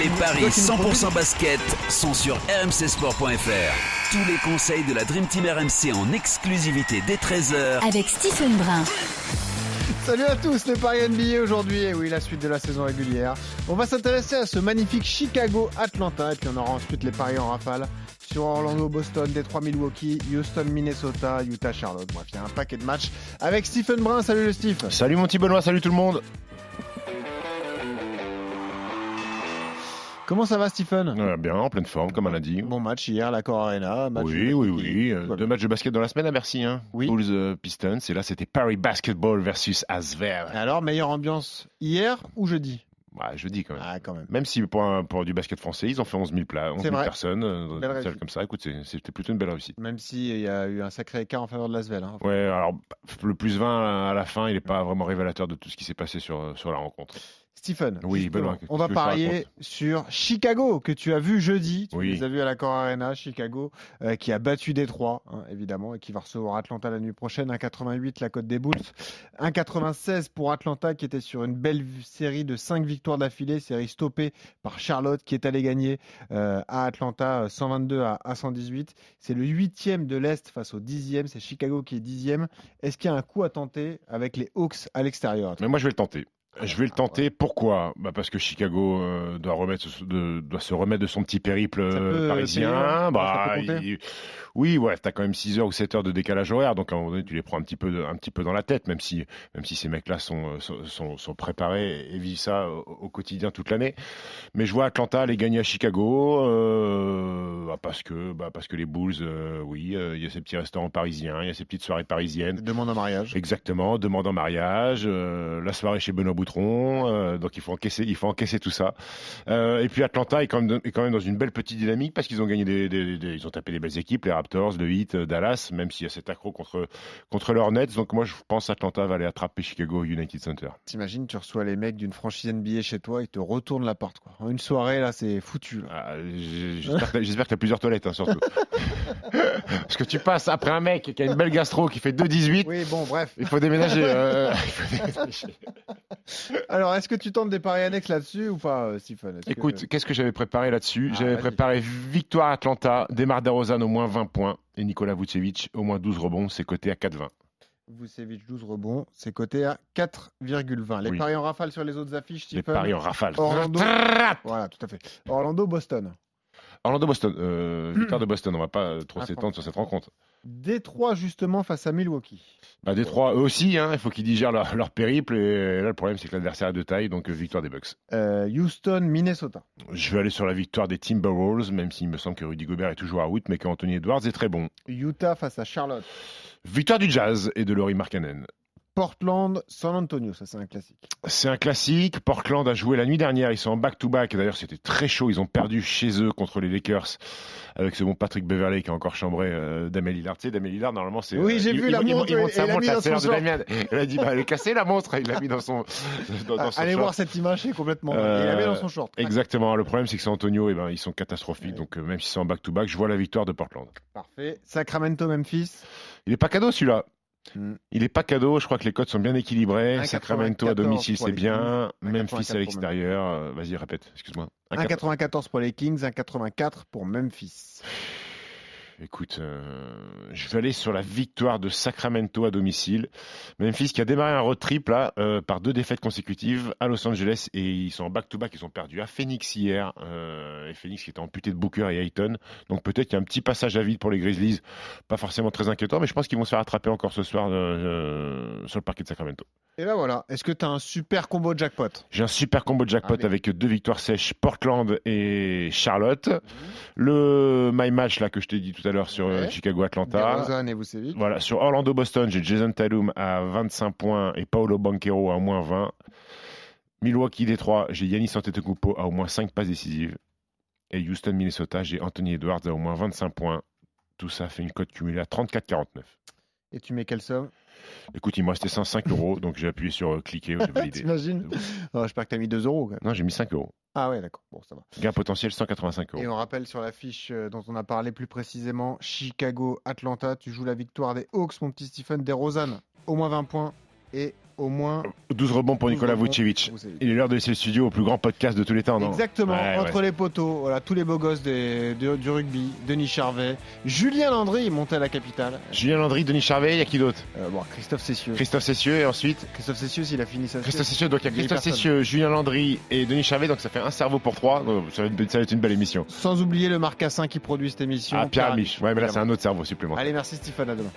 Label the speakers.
Speaker 1: Les paris 100% basket sont sur rmcsport.fr. Tous les conseils de la Dream Team RMC en exclusivité dès 13h
Speaker 2: Avec Stephen Brun.
Speaker 3: Salut à tous les Paris NBA aujourd'hui, et oui la suite de la saison régulière. On va s'intéresser à ce magnifique Chicago-Atlanta et puis on aura ensuite les paris en rafale sur Orlando, Boston, Détroit, Milwaukee, Houston, Minnesota, Utah, Charlotte. Bref, il y a un paquet de matchs avec Stephen Brun. Salut le Steve.
Speaker 4: Salut mon petit Benoît, salut tout le monde.
Speaker 3: Comment ça va Stephen
Speaker 4: Ouais, Euh, bien, en pleine forme, comme un lundi.
Speaker 3: Bon match hier, l'accord Arena. Match
Speaker 4: oui, oui, oui.
Speaker 3: Tout
Speaker 4: euh,
Speaker 3: va
Speaker 4: Deux
Speaker 3: bien.
Speaker 4: matchs de basket dans la semaine à Bercy. Hein.
Speaker 3: Oui.
Speaker 4: Bulls euh, Pistons. Et là, c'était Paris Basketball versus Asvel.
Speaker 3: Alors, meilleure ambiance hier ou jeudi
Speaker 4: Ouais, je dis quand même.
Speaker 3: Ah, quand même.
Speaker 4: Même si pour, un- pour du basket français, ils ont fait 11 000 plats, 11 000
Speaker 3: vrai.
Speaker 4: personnes euh, dans
Speaker 3: Belle
Speaker 4: une salle
Speaker 3: réussite.
Speaker 4: comme ça. Écoute, c'est- c'était plutôt une belle réussite.
Speaker 3: Même s'il y a eu un sacré écart en faveur de l'Asvel. Hein.
Speaker 4: Ouais, alors bah, le plus 20 à la fin, il n'est pas vraiment révélateur de tout ce qui s'est passé sur, sur la rencontre.
Speaker 3: Stephen,
Speaker 4: Oui,
Speaker 3: justement,
Speaker 4: Benoît, qu'est-ce
Speaker 3: euh, on va
Speaker 4: que je te
Speaker 3: parier
Speaker 4: raconte
Speaker 3: sur Chicago que tu as vu jeudi. Tu
Speaker 4: Oui.
Speaker 3: les as vus à la Cor Arena, Chicago, euh, qui a battu Détroit, hein, évidemment, et qui va recevoir Atlanta la nuit prochaine. 1,88 la cote des Bulls, 1,96 pour Atlanta qui était sur une belle série de 5 victoires d'affilée, série stoppée par Charlotte qui est allée gagner euh, à Atlanta euh, 122 à, à 118. C'est le huitième de l'est face au dixième. C'est Chicago qui est dixième. Est-ce qu'il y a un coup à tenter avec les Hawks à l'extérieur
Speaker 4: Mais moi, je vais le tenter. Je vais le
Speaker 3: Ah,
Speaker 4: tenter. Pourquoi bah Parce que Chicago euh, doit, remettre ce- de- doit se remettre de son petit périple
Speaker 3: Ça
Speaker 4: euh,
Speaker 3: peut
Speaker 4: parisien.
Speaker 3: payer, hein
Speaker 4: Bah,
Speaker 3: Ça peut compter
Speaker 4: il- Oui, ouais, tu as quand même 6 heures ou 7 heures de décalage horaire. Donc, à un moment donné, tu les prends un petit peu, de- un petit peu dans la tête, même si, même si ces mecs-là sont, euh, sont, sont- sont préparés et vivent ça au, au quotidien toute l'année. Mais je vois Atlanta aller gagner à Chicago euh, bah, parce, que, bah, parce que les Bulls, euh, oui, euh, il y a ces petits restaurants parisiens, il y a ces petites soirées parisiennes.
Speaker 3: Demande en mariage.
Speaker 4: Exactement, demande en mariage, euh, la soirée chez Benoît Boutron, euh, donc il faut encaisser, il faut encaisser tout ça. Euh, et puis Atlanta est quand, même, est quand même dans une belle petite dynamique parce qu'ils ont gagné des, des- des- ils ont tapé des belles équipes, les Raptors, le Heat, euh, Dallas, même s'il y a cet accro contre contre leurs Nets. Donc moi je pense Atlanta va aller attraper Chicago au United Center.
Speaker 3: T'imagines, tu reçois les mecs d'une franchise NBA chez toi, ils te retournent la porte. Quoi. En Une soirée, là, c'est foutu. là.
Speaker 4: Ah, j- J'espère que j'espère que t'as plusieurs toilettes hein, surtout. parce que tu passes après un mec qui a une belle gastro qui fait 2,18.
Speaker 3: Oui, bon, bref.
Speaker 4: Il faut déménager. euh, il faut déménager.
Speaker 3: Alors, est-ce que tu tentes des paris annexes là-dessus ou pas, euh, Stephen Est-ce que-
Speaker 4: Écoute, qu'est-ce que j'avais préparé là-dessus
Speaker 3: Ah,
Speaker 4: J'avais
Speaker 3: vas-y.
Speaker 4: préparé victoire Atlanta, Demar Derozan au moins 20 points et Nicolas Vucevic au moins 12 rebonds, c'est coté à 4,20.
Speaker 3: Vucevic 12 rebonds, c'est coté à 4,20. Les
Speaker 4: Oui.
Speaker 3: paris en rafale sur les autres affiches,
Speaker 4: Les
Speaker 3: Stephen
Speaker 4: paris en rafale.
Speaker 3: Orlando.
Speaker 4: Trrrrat
Speaker 3: Voilà, tout à fait. Orlando, Boston.
Speaker 4: Orlando Boston, euh, victoire de Boston, on va pas euh, trop
Speaker 3: Ah,
Speaker 4: s'étendre sur cette rencontre.
Speaker 3: Détroit, justement, face à Milwaukee.
Speaker 4: Bah, Détroit, eux aussi, hein, il faut qu'ils digèrent leur, leur périple et là le problème c'est que l'adversaire est de taille, donc euh, victoire des Bucks.
Speaker 3: Euh, Houston, Minnesota.
Speaker 4: Je vais aller sur la victoire des Timberwolves, même s'il me semble que Rudy Gobert est toujours à out, mais qu'Anthony Edwards est très bon.
Speaker 3: Utah face à Charlotte.
Speaker 4: Victoire du Jazz et de Laurie Markkanen.
Speaker 3: Portland, San Antonio, ça c'est un classique.
Speaker 4: C'est un classique. Portland a joué la nuit dernière. Ils sont en back-to-back. Et D'ailleurs, c'était très chaud. Ils ont perdu chez eux contre les Lakers avec ce bon Patrick Beverley qui a encore chambré euh, Damien Lillard. Tu sais, Damien Lillard, normalement, c'est.
Speaker 3: Oui,
Speaker 4: euh,
Speaker 3: j'ai
Speaker 4: il-
Speaker 3: vu
Speaker 4: il-
Speaker 3: la
Speaker 4: il- il
Speaker 3: montre
Speaker 4: il
Speaker 3: et-
Speaker 4: monte sa
Speaker 3: et la
Speaker 4: montre,
Speaker 3: mis
Speaker 4: la
Speaker 3: dans son
Speaker 4: sœur de
Speaker 3: short.
Speaker 4: Damien. Elle a dit, bah, elle est cassée, la montre. Il l'a mis dans son. Dans, dans
Speaker 3: Ah,
Speaker 4: son
Speaker 3: Allez
Speaker 4: short.
Speaker 3: voir cette image, c'est complètement. dingue. Il
Speaker 4: Euh,
Speaker 3: avait dans son short.
Speaker 4: Exactement. Le problème, c'est que San Antonio, eh ben, ils sont catastrophiques.
Speaker 3: Ouais.
Speaker 4: Donc, euh, même s'ils sont en back-to-back, je vois la victoire de Portland.
Speaker 3: Parfait. Sacramento, Memphis.
Speaker 4: Il est pas cadeau, celui-là.
Speaker 3: Mm.
Speaker 4: Il est pas cadeau, je crois que les codes sont bien équilibrés.
Speaker 3: 1,94
Speaker 4: Sacramento à domicile,
Speaker 3: pour
Speaker 4: c'est
Speaker 3: les
Speaker 4: bien.
Speaker 3: Kings,
Speaker 4: Memphis
Speaker 3: 1,84
Speaker 4: à
Speaker 3: pour
Speaker 4: l'extérieur. euh, Vas-y, répète, excuse-moi. 1,4.
Speaker 3: 1,94 pour les Kings, 1,84 pour Memphis.
Speaker 4: Écoute, euh, je vais aller sur la victoire de Sacramento à domicile. Memphis qui a démarré un road trip là, euh, par deux défaites consécutives à Los Angeles et ils sont en back-to-back, ils ont perdu à Phoenix hier. euh, et Phoenix qui était amputé de Booker et Ayton. Donc peut-être qu'il y a un petit passage à vide pour les Grizzlies. Pas forcément très inquiétant, mais je pense qu'ils vont se faire attraper encore ce soir euh, euh, sur le parquet de Sacramento.
Speaker 3: Et ben voilà, est-ce que tu as un super combo jackpot
Speaker 4: J'ai un super combo de jackpot
Speaker 3: Allez.
Speaker 4: avec deux victoires sèches, Portland et Charlotte. Le My Match là que je t'ai dit tout à l'heure sur
Speaker 3: Ouais.
Speaker 4: euh, Chicago-Atlanta.
Speaker 3: Derozan et Vucevic.
Speaker 4: Voilà, sur Orlando-Boston, j'ai Jason Tatum à 25 points et Paolo Banquero à moins 20. Milwaukee, Détroit, j'ai Yanis Antetokounmpo à au moins 5 passes décisives. Et Houston, Minnesota, j'ai Anthony Edwards à au moins 25 points. Tout ça fait une cote cumulée à 34,49.
Speaker 3: Et tu mets quelle somme
Speaker 4: Écoute, il me restait 105 euros, donc j'ai appuyé sur euh, cliquer, j'ai validé.
Speaker 3: T'imagines Oh, J'espère que t'as mis 2 euros. quand même.
Speaker 4: Non, j'ai mis 5 euros.
Speaker 3: Ah ouais, d'accord. Bon, ça va.
Speaker 4: Gain potentiel 185 euros.
Speaker 3: Et on rappelle sur la fiche euh, dont on a parlé plus précisément, Chicago-Atlanta, tu joues la victoire des Hawks, mon petit Stephen, des Rosanne. Au moins 20 points et au moins...
Speaker 4: 12 rebonds pour
Speaker 3: 12
Speaker 4: Nicolas
Speaker 3: rebonds.
Speaker 4: Vucevic.
Speaker 3: Vous savez.
Speaker 4: Il est l'heure de laisser le studio au plus grand podcast de tous les temps, non
Speaker 3: Exactement,
Speaker 4: Ouais,
Speaker 3: entre
Speaker 4: ouais.
Speaker 3: les poteaux, voilà, tous les beaux gosses des- de- du rugby, Denis Charvet, Julien Landry monté à la capitale,
Speaker 4: Julien Landry, Denis Charvet, il y a qui d'autre
Speaker 3: Euh, bon, Christophe Cessieux.
Speaker 4: Christophe Cessieux, et ensuite
Speaker 3: Christophe Cessieux, il a fini sa
Speaker 4: Christophe Cessieux. Donc il y a
Speaker 3: Vieille
Speaker 4: Christophe
Speaker 3: personne.
Speaker 4: Cessieux, Julien Landry et Denis Charvet, donc ça fait un cerveau pour trois. Donc, ça, va être, ça va être une belle émission.
Speaker 3: Sans oublier le Marcassin qui produit cette émission.
Speaker 4: Ah, Pierre
Speaker 3: Amiche.
Speaker 4: Amiche. Ouais, mais là c'est un autre cerveau supplémentaire.
Speaker 3: Allez, merci Stéphane, à demain.